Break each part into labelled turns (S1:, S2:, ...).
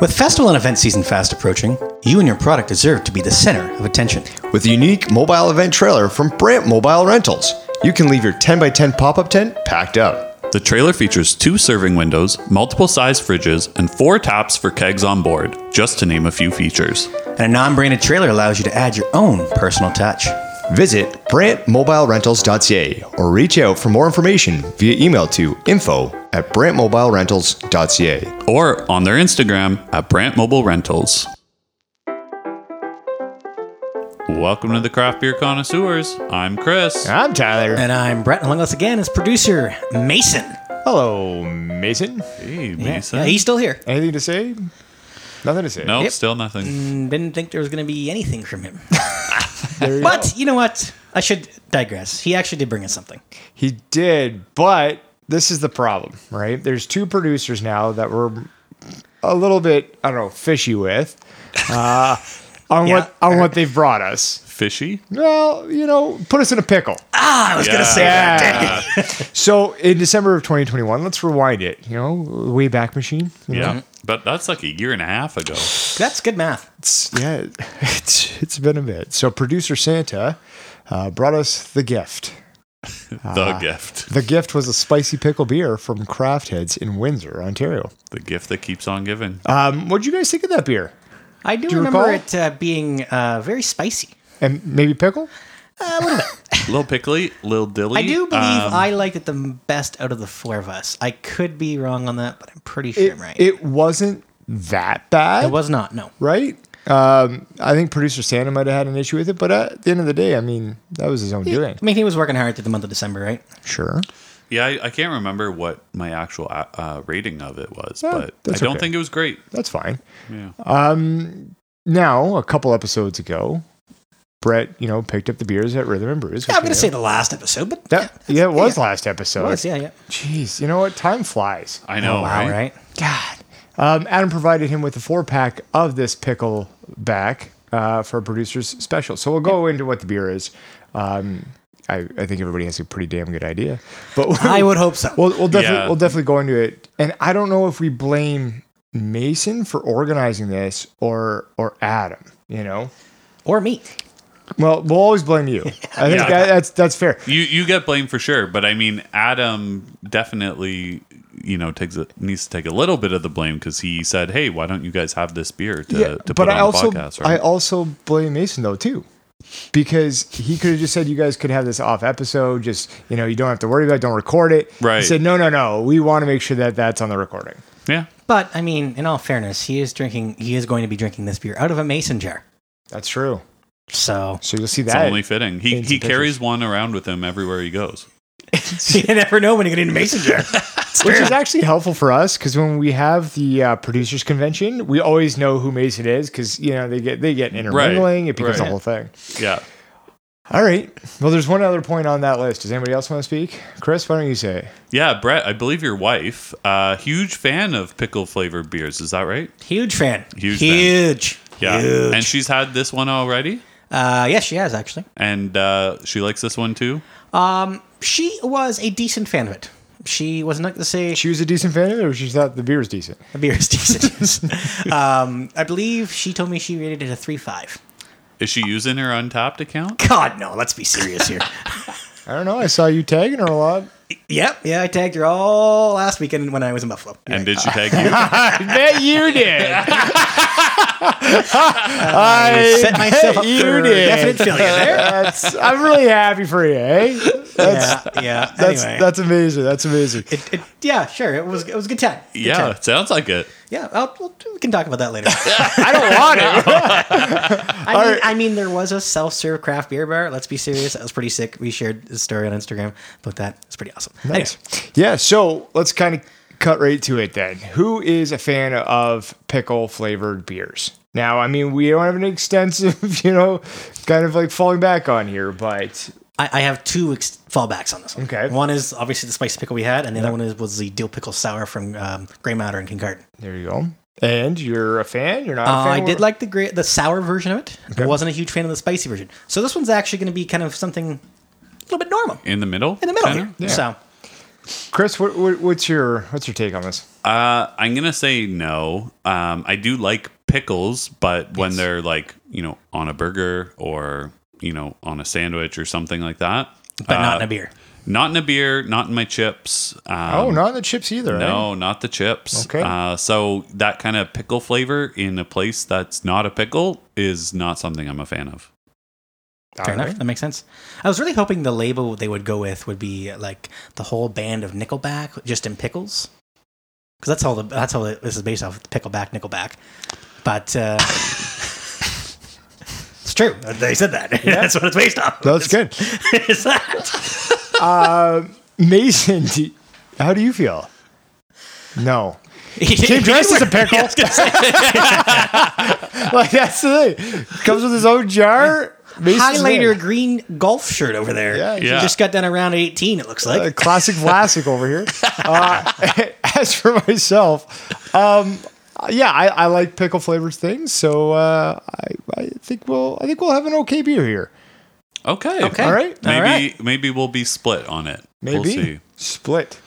S1: With festival and event season fast approaching, you and your product deserve to be the center of attention.
S2: With a unique mobile event trailer from Brant Mobile Rentals, you can leave your 10x10 pop up tent packed out.
S3: The trailer features two serving windows, multiple size fridges, and four taps for kegs on board, just to name a few features.
S1: And a non branded trailer allows you to add your own personal touch.
S2: Visit BrantMobileRentals.ca or reach out for more information via email to info at BrantMobileRentals.ca.
S3: Or on their Instagram at Brant Mobile Rentals. Welcome to the Craft Beer Connoisseurs. I'm Chris.
S2: I'm Tyler.
S1: And I'm Brett, and along with us again is producer Mason.
S2: Hello, Mason.
S3: Hey,
S1: Yeah,
S3: Mason.
S1: yeah, he's still here.
S2: Anything to say? Nothing to say.
S3: no,
S1: Yep.
S3: still nothing.
S1: Mm, Didn't think there was going to be anything from him.
S2: There you
S1: but
S2: go.
S1: you know what? I should digress. He actually did bring us something.
S2: he did, but this is the problem, right? There's two producers now that we're a little bit, I don't know, fishy with uh, on what on what they've brought us.
S3: Fishy?
S1: Mm-hmm.
S2: Well, you know, put us in a pickle.
S1: Ah, I was going to say that.
S2: Yeah. so in December of 2021, let's rewind it. You know, way back machine. you know?
S3: Yeah. But that's like a year and a half ago.
S1: That's good math.
S2: It's, yeah, it's it's been a bit. So producer Santa uh, brought us the gift.
S1: Ah.
S3: The gift.
S2: The gift was a spicy pickle beer from Craft Heads in Windsor, Ontario.
S3: The gift that keeps on giving.
S1: Ah.
S2: Um, what would you guys think of that beer?
S1: I do,
S2: Do you
S1: remember
S2: recall?
S1: it uh, being uh, very spicy.
S2: And maybe pickle?
S3: Little pickly, little dilly.
S1: I do believe
S3: Um,
S1: I liked it the best out of the four of us. I could be wrong on that, but I'm pretty sure
S2: It,
S1: I'm right. It,
S2: it wasn't that bad,
S1: was not. No,
S2: right? Um, I think producer Santa might have had an issue with it, but at the end of the day, I mean, that was his own doing.
S1: I mean he was working hard through the month of December, right?
S2: Sure.
S3: Yeah, I, I can't remember what my actual uh, uh, rating of it was,
S2: Yeah,
S3: but I
S2: that's
S3: don't
S2: okay.
S3: think it was great.
S2: That's fine. Um,
S3: Yeah.
S2: Now, a couple episodes ago, Brett, you know, picked up the beers at Rhythm and Brews.
S1: Yeah, I'm
S2: which
S1: gonna
S2: we
S1: say
S2: know-
S1: the last episode, but
S2: that. Yeah, it was last episode.
S1: yeah, it was, yeah, yeah.
S2: Jeez, you know what? Time flies.
S3: I know,
S1: Wow,
S3: right?
S1: right?
S2: God. Um, Adam provided him with a four pack of this pickle back uh, for a producer's special. So we'll go into what the beer is. Um, I, I think everybody has a pretty damn good idea, but
S1: I would hope so.
S2: We'll, we'll definitely
S3: Yeah.
S2: we'll definitely go into it. And I don't know if we blame Mason for organizing this or or Adam. You know,
S1: or me.
S2: well we'll always blame you. I think
S3: Yeah.
S2: that, that's that's fair.
S3: You you get blamed for sure, but I mean Adam definitely you know takes a, needs to take a little bit of the blame because he said, "Hey, why don't you guys have this beer to,
S2: Yeah,
S3: to
S2: but
S3: put on
S2: I also
S3: the podcast?"
S2: I
S3: Right?
S2: also blame Mason though too. Because he could have just said, "You guys could have this off episode. Just you know, you don't have to worry about. it. Don't record it."
S3: Right.
S2: He said, "No, no, no. We want to make sure that that's on the recording."
S3: yeah,
S1: But I mean, in all fairness, he is drinking. He is going to be drinking this beer out of a mason jar.
S2: That's true.
S1: So
S2: So you'll see
S3: it's
S2: that.
S3: only fitting. He
S2: and
S3: he
S2: some pictures.
S3: carries one around with him everywhere he goes.
S1: you never know when you're gonna need a mason jar.
S2: which is actually helpful for us because when we have the uh, producers convention, we always know who Mason is because you know they get they get intermingling. It becomes
S3: right.
S2: the whole thing.
S3: Yeah,
S2: All right. Well, there's one other point on that list. Does anybody else want to speak? Chris, why don't you say? it?
S3: yeah. Brett, I believe your wife, uh, huge fan of pickle flavored beers. Is that right?
S1: Huge fan.
S3: Huge fan.
S1: Huge.
S3: Yeah,
S1: Huge.
S3: and she's had this one already,
S1: uh, yes, she has actually.
S3: and uh, she likes this one too.
S1: She was a decent fan of it. She was not going to say
S2: She was a decent fan of it, or she thought the beer was decent.
S1: the beer is decent. um, I believe she told me she rated it a three five.
S3: Is she using her Untapped account?
S1: God no, let's be serious here.
S2: I don't know. I saw you tagging her a lot.
S1: yep, yeah, I tagged her all last weekend when I was in Buffalo.
S3: And did she tag you?
S2: I bet you did. I
S1: set myself up
S2: bet
S1: for definite failure there.
S2: That's, I'm really happy for you, eh? That's
S1: yeah, yeah.
S2: that's
S1: anyway.
S2: that's amazing. That's amazing.
S1: It, it, yeah, sure. It was it was a good time. Good
S3: Yeah,
S1: time.
S3: it sounds like it.
S1: yeah. I'll, we'll, we can talk about that later.
S2: I don't want it.
S1: I mean,
S2: right.
S1: I mean, there was a self serve craft beer bar. Let's be serious. That was pretty sick. We shared a story on Instagram about that. It's pretty awesome. Nice.
S2: Yeah, so let's kind of cut right to it then. Who is a fan of pickle flavored beers? Now, I mean, we don't have an extensive, you know, kind of like falling back on here, but
S1: I, I have two ex- fallbacks on this one.
S2: Okay.
S1: One is obviously the spicy pickle we had, and the other one is, was the dill pickle sour from um, Grey Matter in Kincardine.
S2: there you go. And you're a fan? You're not
S1: Uh,
S2: a fan?
S1: I did
S2: We're-
S1: like the gray, the sour version of it. I wasn't a huge fan of the spicy version. So this one's actually going to be kind of something a little bit normal
S3: In the middle.
S1: in the middle
S3: kinda?
S1: here. So
S2: Chris, what, what, what's your what's your take on this?
S3: Uh, I'm gonna say no. Um, I do like pickles, but when they're like you know on a burger or you know on a sandwich or something like that, Uh,
S1: but not in
S2: Uh,
S1: a beer.
S3: not in a beer, not in my chips. Um,
S2: oh, not in the chips either. eh?
S3: No, not the chips.
S2: Okay.
S3: Uh, so that kind of pickle flavor in a place that's not a pickle is not something I'm a fan of.
S1: Fair
S2: All
S1: enough.
S2: right.
S1: That makes sense. I was really hoping the label they would go with would be uh, like the whole band of Nickelback just in pickles, because that's all the that's all the, this is based off Pickleback Nickelback. But uh, it's true. They said that. that's what it's based off.
S2: That's good.
S1: It's that.
S2: Uh, Mason, do, how do you feel? No. Came dressed as a pickle. like that's the thing. Comes with his own jar. Mason's
S1: Highlighter
S2: in.
S1: green golf shirt over there.
S2: Yeah,
S1: You
S3: yeah.
S1: Just got done around 18. It looks like.
S2: Uh, classic Vlasic over here. Uh, as for myself, um, yeah, I, I like pickle flavored things, so uh, I, I think we'll I think we'll have an okay beer here.
S3: Okay.
S1: Okay.
S2: All right.
S3: Maybe
S1: All right.
S3: maybe we'll be split on it.
S2: Maybe
S3: We'll see.
S2: split.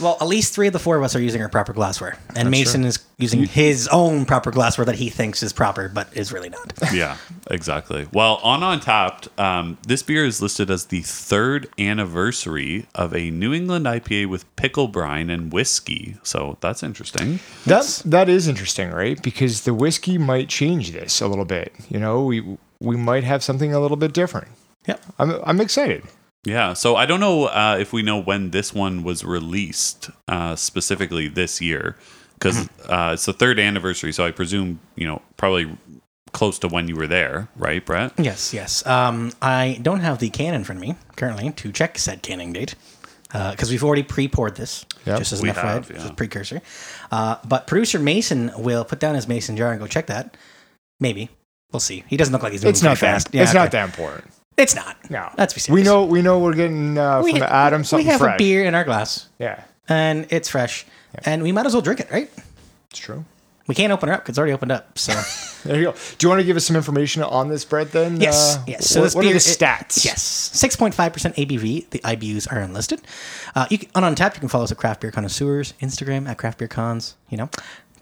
S1: Well, at least three of the four of us are using our proper glassware, and Mason is using his own proper glassware that he thinks is proper, but is really not.
S3: yeah, exactly. Well, on Untapped, um, this beer is listed as the third anniversary of a New England IPA with pickle brine and whiskey. So that's interesting.
S2: That that is interesting, right? Because the whiskey might change this a little bit. You know, we we might have something a little bit different.
S1: Yep.
S2: I'm I'm excited.
S3: Yeah. So I don't know uh, if we know when this one was released uh, specifically this year because
S2: Mm-hmm.
S3: uh, it's the third anniversary. So I presume, you know, probably close to when you were there, right, Brett?
S1: Yes, yes. Um, I don't have the can in front of me currently to check said canning date because we've already pre-poured this,
S2: Yep.
S1: just as
S3: We
S1: an FYI,
S3: have,
S1: just
S3: yeah.
S1: as a precursor. Uh, but producer Mason will put down his mason jar and go check that. Maybe we'll see. He doesn't look like he's moving
S2: It's not
S1: very fast.
S2: that. it's
S1: okay.
S2: not that important.
S1: It's not.
S2: No,
S1: Let's be serious.
S2: We know we know we're getting uh,
S1: We
S2: from
S1: ha-
S2: Adam something
S1: we have
S2: fresh.
S1: a beer in our glass,
S2: Yeah,
S1: and it's fresh, and we might as well drink it, right?
S2: it's true.
S1: We can't open her up because it's already opened up. So
S2: There you go. Do you want to give us some information on this bread then?
S1: yes,
S2: Uh,
S1: yes.
S2: what
S1: this
S2: what are
S1: beer-
S2: the
S1: it-
S2: stats?
S1: yes, six point five percent ABV. The IBUs are unlisted. Uh, you can, on Untapped, you can follow us at Craft Beer Connoisseurs Instagram at Craft Beer Cons. You know,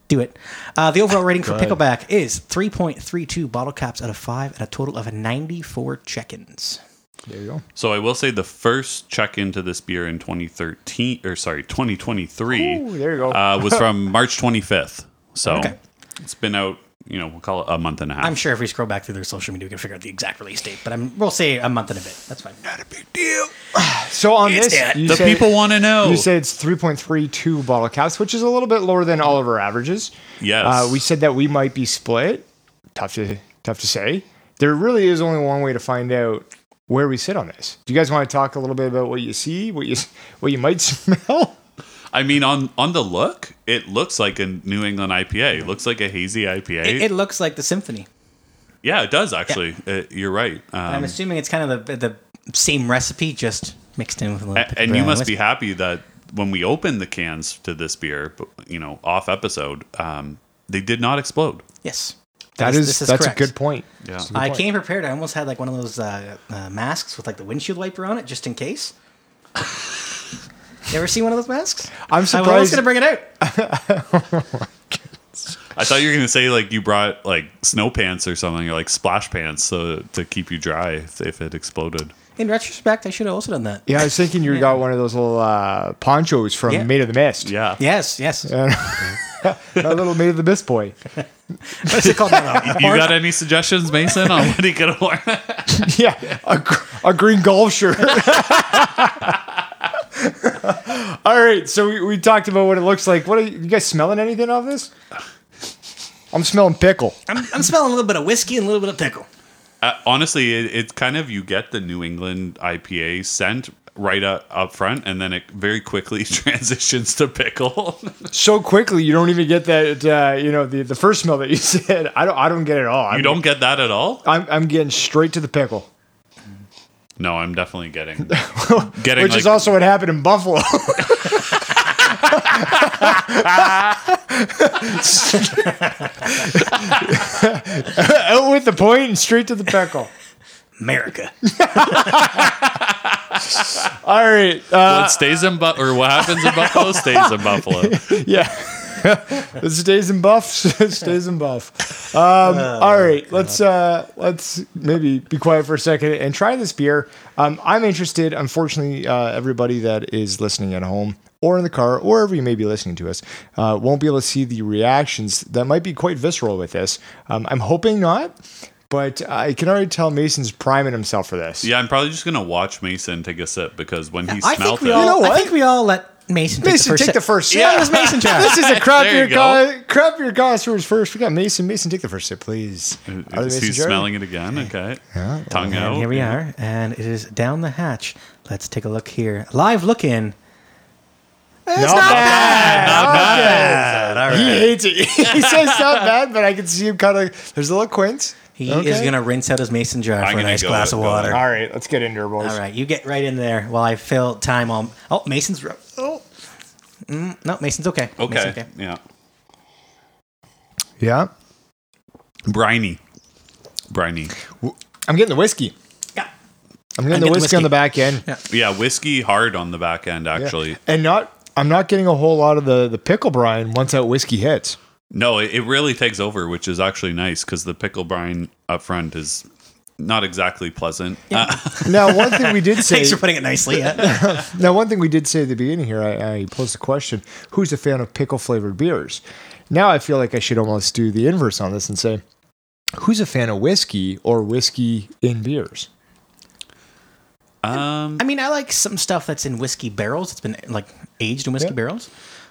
S1: do it. Uh, the overall rating for Pickleback is three point three two bottle caps out of five, and a total of ninety four check-ins.
S2: There you go.
S3: So I will say the first check into this beer in 2013 or sorry 2023
S2: Ooh, there you go.
S3: uh, was from March 25th. So
S2: Oh.
S1: Okay.
S3: it's been out, you know, we'll call it a month and a half.
S1: I'm sure if we scroll back through their social media, we can figure out the exact release date. But I'm, we'll say a month and a bit. That's fine.
S2: So on this,
S1: dead.
S2: you
S3: the
S2: said-
S3: people want to know.
S2: You said it's 3.32 bottle caps, which is a little bit lower than all of our averages.
S3: Yes.
S2: Uh, we said that we might be split. Tough to tough to say. There really is only one way to find out where we sit on this. Do you guys want to talk a little bit about what you see, what you what you might smell?
S3: I mean, on on the look, it looks like a New England IPA. It looks like a hazy IPA.
S1: It, it looks like the symphony.
S3: yeah, it does actually. Uh you're right. Um,
S1: I'm assuming it's kind of the the same recipe, just mixed in with a little.
S3: a- and you must be happy that when we opened the cans to this beer, but, you know, off episode, um, they did not explode.
S1: Yes.
S2: That
S1: This-
S2: is,
S1: this is
S2: that's
S1: correct.
S2: a good point.
S3: Yeah.
S2: That's a good
S1: I
S2: point.
S1: came prepared. I almost had like one of those uh, uh, masks with like the windshield wiper on it, just in case. you ever seen one of those masks?
S2: I'm
S1: I was
S2: surprised.
S1: going to bring it out.
S3: I thought you were gonna say like you brought like snow pants or something or like splash pants so to keep you dry if, if it exploded.
S1: In retrospect, I should have also done that.
S2: yeah, I was thinking you got one of those little uh, ponchos from
S1: Yeah.
S2: Made of the Mist.
S3: Yeah.
S1: Yes, yes.
S2: That little Made of the Mist boy.
S1: What's it called? now?
S3: You got any suggestions, Mason, on what he could have worn?
S2: yeah, a, gr- a green golf shirt. All right, so we, we talked about what it looks like. What are you, you guys smelling anything of this? I'm smelling pickle.
S1: I'm, I'm smelling a little bit of whiskey and a little bit of pickle.
S3: Uh, honestly, it, it's kind of you get the New England IPA scent right up, up front, and then it very quickly transitions to pickle.
S2: So quickly, you don't even get that. Uh, you know, the, the first smell that you said. I don't. I don't get it at all.
S3: you
S2: I'm,
S3: don't get that at all.
S2: I'm, I'm getting straight to the pickle,
S3: No, I'm definitely getting getting
S2: which
S3: like,
S2: is also what happened in Buffalo. Out with the point and straight to the pickle.
S1: America.
S2: All right. Uh,
S3: What stays in but or what happens in Buffalo stays in Buffalo.
S2: yeah. It stays in buff. stays in buff. Um, all right, let's uh, let's maybe be quiet for a second and try this beer. Um, I'm interested. Unfortunately, uh, everybody that is listening at home or in the car or wherever you may be listening to us uh, won't be able to see the reactions that might be quite visceral with this. Um, I'm hoping not, but I can already tell Mason's priming himself for this.
S3: Yeah, I'm probably just gonna watch Mason take a sip because when he
S1: I
S3: smelt
S1: think we
S3: it,
S1: all.
S2: know
S1: I
S2: what?
S1: think we all let Mason take
S2: Mason,
S1: the first.
S2: take
S1: sip.
S2: the first sip.
S1: Yeah, it was Mason Trap.
S2: This is a crap
S3: There
S2: beer
S3: you
S2: guy. Crap beer connoisseurs first. We got Mason. Mason, take the first sip, please. Out of
S3: Uh, is he
S2: Mason's jar.
S3: smelling it again? Okay, tongue out.
S1: And here we are, and it is down the hatch. Let's take a look here. Live look in.
S2: It's not, bad. Not
S1: Ah!
S2: bad.
S1: all
S2: He hates it. he says not bad, but I can see him kind of. There's a little quince.
S1: He
S2: Okay.
S1: is gonna rinse out his mason jar
S3: I'm
S1: for a
S3: gonna
S1: nice
S3: go
S1: glass
S3: with-
S1: of
S3: go with-
S1: water.
S2: All right, let's get into her, boys.
S1: All right, you get right in there while I fill time on. Oh, Mason's. ru- Oh, Mm, no, Mason's okay.
S3: Okay.
S1: Mason's okay.
S3: yeah,
S2: Yeah,
S3: briny, briny.
S2: I'm getting the whiskey.
S1: Yeah. I'm
S2: I'm getting, the,
S1: getting the
S2: whiskey
S1: whiskey.
S2: on the back end,
S3: Yeah, whiskey hard on the back end actually.
S2: and not. I'm not getting a whole lot of the the pickle brine once that whiskey hits.
S3: No, it, it really takes over, which is actually nice because the pickle brine up front is not exactly pleasant. Uh,
S2: Now, one thing we did say.
S1: Thanks for putting it nicely. Yeah.
S2: Now, one thing we did say at the beginning here, I, I posed the question: Who's a fan of pickle flavored beers? Now, I feel like I should almost do the inverse on this and say, Who's a fan of whiskey or whiskey in beers?
S3: um,
S1: I mean, I like some stuff that's in whiskey barrels. It's been like aged in whiskey
S2: Yeah.
S1: barrels.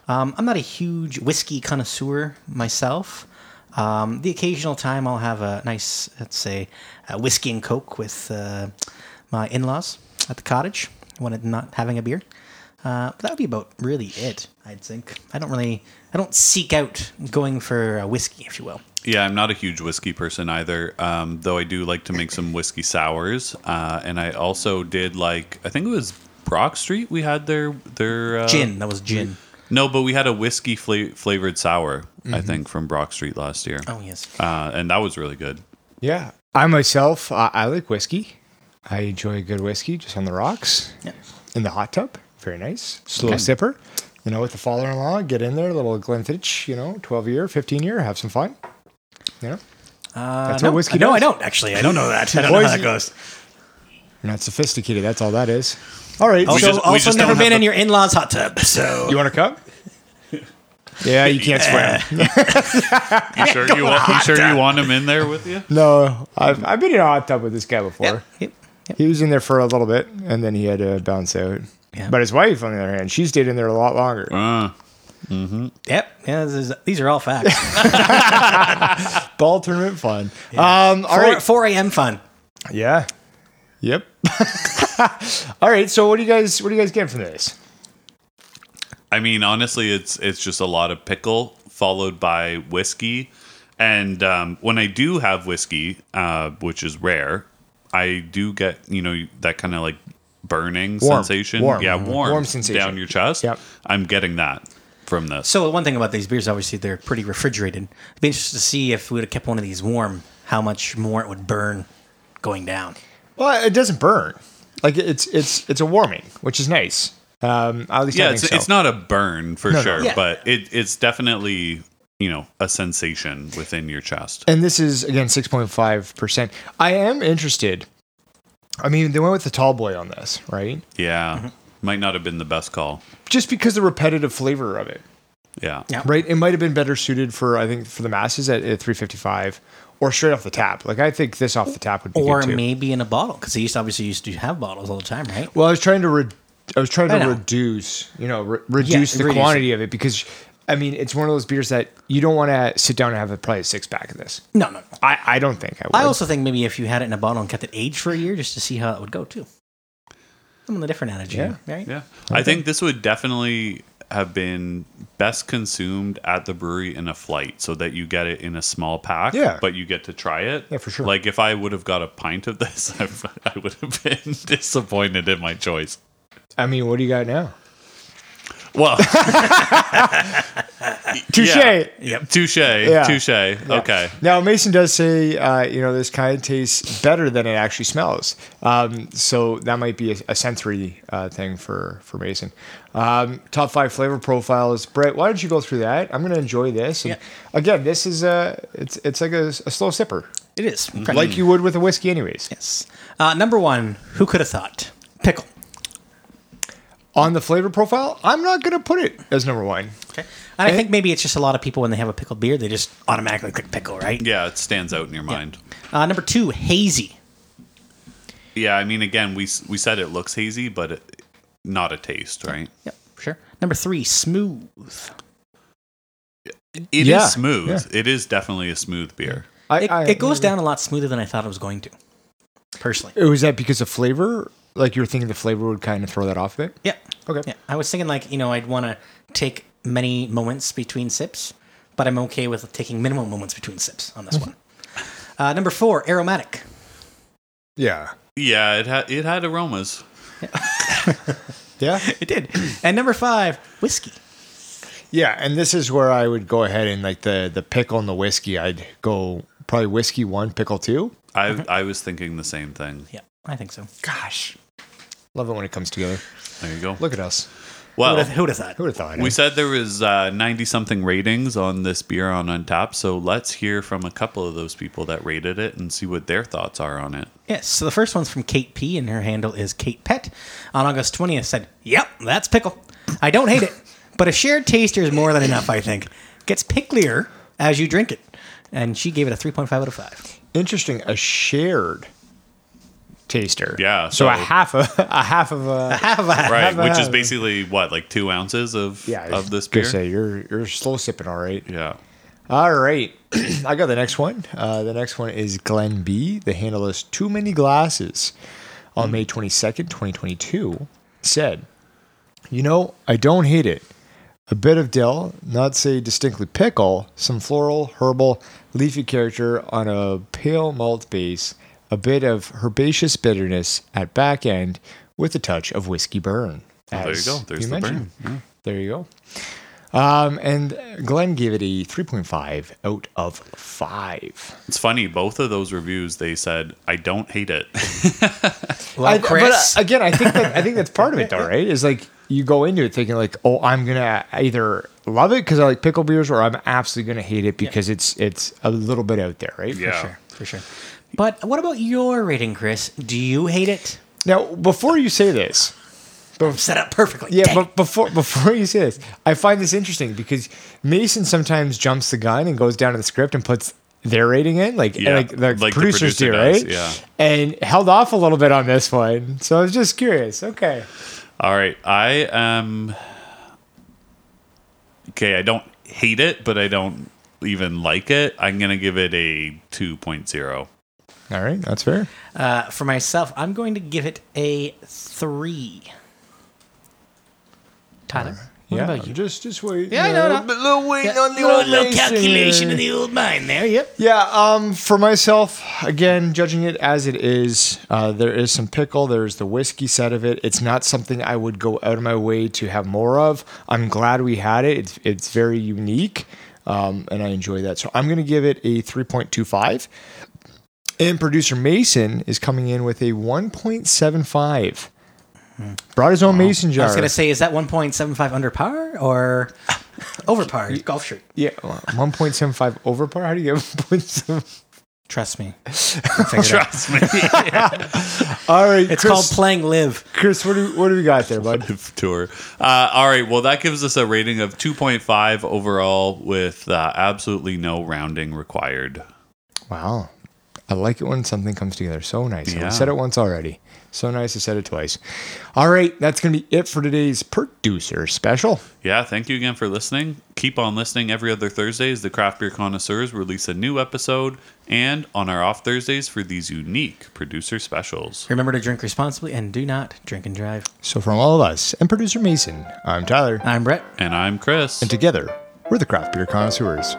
S1: Um, I'm not a huge whiskey connoisseur myself. Um, the occasional time I'll have a nice, let's say, a whiskey and coke with uh, my in-laws at the cottage when I'm not having a beer. Uh, but that would be about really it, I'd think. I don't really, I don't seek out going for a whiskey, if you will.
S3: yeah, I'm not a huge whiskey person either, um, though I do like to make some whiskey sours. Uh, and I also did like, I think it was Brock Street. We had their their
S2: Oh.
S3: uh,
S1: Gin, that was gin.
S3: No, but we had a whiskey fla- flavored sour, I think, from Brock Street last year,
S1: Oh yes.
S3: uh, and that was really good.
S2: Yeah, I myself, I, I like whiskey. I enjoy a good whiskey just on the rocks
S1: Yeah.
S2: in the hot tub. Very nice, slow sipper. You know, with the father-in-law, get in there, little Glenfiddich. You know, twelve year, fifteen year, have some fun. You know,
S1: Uh,
S2: That's what
S1: no,
S2: whiskey
S1: No, I
S2: does.
S1: don't actually. I don't know that. I don't know how that
S2: Poison-
S1: goes.
S2: you're not sophisticated. That's all that is. All right,
S1: Also,
S2: so
S3: just- we
S1: also
S3: just
S1: never
S3: don't
S1: been
S3: have
S1: in
S3: the-
S1: your in-laws hot tub, so
S2: You want to come? Yeah, you can't swim.
S3: You sure you want? You sure you want him in there with you?
S2: No, I've, I've been in a hot tub with this guy before.
S1: Yep, yep, yep.
S2: He was in there for a little bit, and then he had to bounce out.
S1: Yeah.
S2: But his wife, on the other hand, she stayed in there a lot longer.
S3: Uh,
S1: Yep. Yeah, this is, these are all facts.
S2: Ball tournament fun. Um, all
S1: Four,
S2: right.
S1: four a.m. fun.
S2: Yeah. Yep. all right. So, what do you guys? What do you guys get from this?
S3: I mean, honestly, it's it's just a lot of pickle followed by whiskey, and um, when I do have whiskey, uh, which is rare, I do get you know that kind of like burning
S2: Warm,
S3: sensation,
S2: warm,
S3: yeah, warm,
S2: warm sensation.
S3: down your chest.
S2: Yep.
S3: I'm getting that from this.
S1: So one thing about these beers, obviously, they're pretty refrigerated. It'd be interesting to see if we would have kept one of these warm, how much more it would burn going down.
S2: Well, it doesn't burn. Like it's it's it's a warming, which is nice. Um, at least I
S3: yeah,
S2: think
S3: it's
S2: so.
S3: it's not a burn for
S2: No, no.
S3: sure,
S1: Yeah.
S3: but it it's definitely you know a sensation within your chest.
S2: And this is again 6.5%. I am interested. I mean, they went with the tall boy on this, right?
S3: Yeah.
S2: Mm-hmm.
S3: Might not have been the best call.
S2: Just because the repetitive flavor of it,
S3: Yeah.
S1: Yeah.
S2: right? It might have been better suited for I think for the masses at, at 355 or straight off the tap. Like I think this off the tap would be
S1: Or
S2: good too.
S1: maybe in a bottle, because they used to obviously used to have bottles all the time, right?
S2: Well, I was trying to re- I was trying
S1: I
S2: to
S1: know.
S2: reduce, you know, re- reduce the
S1: reduce it.
S2: quantity of it because I mean, it's one of those beers that you don't want to sit down and have a probably a six pack of this.
S1: No, no, no.
S2: I, I don't think I would.
S1: I also think maybe if you had it in a bottle and kept it aged for a year, just to see how it would go too. Some of the different energy,
S2: Yeah.
S1: right?
S3: Yeah. I think this would definitely have been best consumed at the brewery in a flight so that you get it in a small pack.
S2: Yeah.
S3: But you get to try it.
S2: Yeah, for sure.
S3: Like if I would have got a pint of this, I I would have been disappointed in my choice.
S2: I mean, what do you got now?
S3: Well,
S2: Touche.
S3: Yeah. Touche. Touche.
S2: Yeah.
S3: Okay.
S2: Now Mason does say, uh, you know, this kind of tastes better than it actually smells. Um, so that might be a, a sensory uh, thing for for Mason. Um, top five flavor profiles. Brett, why don't you go through that? I'm going to enjoy this. And Again, this is a it's it's like a, a slow sipper,
S1: It is.
S3: Mm-hmm.
S2: like you would with a whiskey, anyways.
S1: Yes. Uh, number one, who could have thought? Pickle.
S2: On the flavor profile, I'm not going to put it as number one.
S1: Okay. And I think maybe it's just a lot of people when they have a pickled beer, they just automatically click pickle, right?
S3: Yeah, it stands out in your mind.
S1: Uh, number two, hazy.
S3: Yeah, I mean, again, we s- we said it looks hazy, but it, not a taste, right?
S1: Yep, sure. Number three, smooth.
S3: It is
S2: Yeah,
S3: smooth.
S2: yeah.
S3: It is definitely a smooth beer.
S2: I,
S1: It,
S2: I-
S1: it goes down a lot smoother than I thought it was going to, personally.
S2: Was Oh, that because of flavor? Like you were thinking the flavor would kind of throw that off a bit.
S1: Yeah.
S2: Okay.
S1: Yeah. I was thinking, like, you know, I'd want to take many moments between sips, but I'm okay with taking minimum moments between sips on this one. Uh, number four, aromatic.
S2: Yeah.
S3: Yeah, it had it had aromas.
S2: Yeah.
S1: It did. And number five, whiskey.
S2: Yeah, and this is where I would go ahead and like the the pickle and the whiskey. I'd go probably whiskey one, pickle two.
S3: I I was thinking the same thing.
S1: Yeah, I think so.
S2: Gosh, love it when it comes together.
S3: There you go.
S2: Look at us.
S3: Well,
S1: who would have thought?
S2: Who would have thought?
S3: we
S2: eh?
S3: said there was uh, 90 something ratings on this beer on Untapped, so let's hear from a couple of those people that rated it and see what their thoughts are on it.
S1: Yes, so the first one's from Kate P, and her handle is Kate Pet. On August 20th, said, Yep, that's pickle. I don't hate it, but a shared taster is more than enough, I think. Gets picklier as you drink it. And she gave it a 3.5 out of 5.
S2: Interesting. A shared taster.
S3: Yeah,
S2: So, a
S3: so-
S2: half of a half of a.
S1: Half of a.
S3: Right, which is
S2: a-
S3: basically what like two ounces of
S2: Yeah, I was
S3: of this
S2: gonna
S3: beer.
S2: Say you're you're slow sipping, all right.
S3: Yeah,
S2: All right, I got the next one. Uh, the next one is Glenn B. The handle is Too Many Glasses.
S3: Hmm.
S2: On May 22nd, 2022, said, You know, I don't hate it. A bit of dill, not say distinctly pickle, some floral, herbal, leafy character on a pale malt base, a bit of herbaceous bitterness at back end with a touch of whiskey burn.
S3: there you
S2: as
S3: go. There's the
S2: mentioned. There you go. Um, and Glenn gave it a 3.5 out of 5.
S3: it's funny. Both of those reviews, they said, "I don't hate it."
S1: Well,
S2: I-
S1: Chris.
S2: But uh, again, I think that, I think that's part of it, though, right? Is like you go into it thinking like, oh, I'm gonna either love it because I like pickle beers, or I'm absolutely gonna hate it because it's it's a little bit out there, right?
S3: Yeah.
S1: sure, for sure. But what about your rating, Chris? Do you hate it?
S2: Now, before you say this,
S1: Set up perfectly.
S2: Yeah,
S1: Dang.
S2: but before before you say this, I find this interesting because Mason sometimes jumps the gun and goes down to the script and puts their rating in, like
S3: Yeah,
S2: like, the
S3: like the
S2: producers
S3: producer
S2: do,
S3: does,
S2: right?
S3: yeah.
S2: And held off a little bit on this one, so I was just curious. Okay,
S3: All right, I am okay. I don't hate it, but I don't even like it. I'm gonna give it a 2.0.
S2: all right, that's fair.
S1: uh, for myself, I'm going to give it a 3. Tyler, what
S2: yeah,
S1: about you?
S2: just just wait.
S1: Yeah, no, no.
S2: little wait on the
S1: Little-
S2: old
S1: little
S2: Mason
S1: calculation
S2: there.
S1: in the old mind there, yep.
S2: Yeah, um, for myself, again, judging it as it is, uh, there is some pickle. There's the whiskey side of it. It's not something I would go out of my way to have more of. I'm glad we had it. It's it's very unique, um, and I enjoy that. So I'm going to give it a 3.25. And producer Mason is coming in with a 1.75. Brought his own mason
S1: Hmm.
S2: jar.
S1: I was gonna say, is that 1.75 under par or over par? Golf shirt.
S2: yeah, 1.75 over par. How do you get 1.75?
S1: Trust me. We'll figure it out.
S3: Trust me.
S2: All right,
S1: It's
S2: Chris,
S1: called playing live.
S2: Chris. What do what do we got there, bud?
S3: tour. Uh, all right. Well, that gives us a rating of 2.5 overall with uh, absolutely no rounding required.
S2: Wow. I like it when something comes together so nice. I
S3: Yeah.
S2: said it once already. So nice I said it twice. All right, that's going to be it for today's producer special.
S3: Yeah. Thank you again for listening. Keep on listening every other Thursdays. The Craft Beer Connoisseurs release a new episode and on our off Thursdays for these unique producer specials.
S1: Remember to drink responsibly and do not drink and drive.
S2: So from all of us and producer Mason, I'm Tyler.
S1: I'm Brett.
S3: And I'm Chris.
S2: And together, we're the Craft Beer Connoisseurs.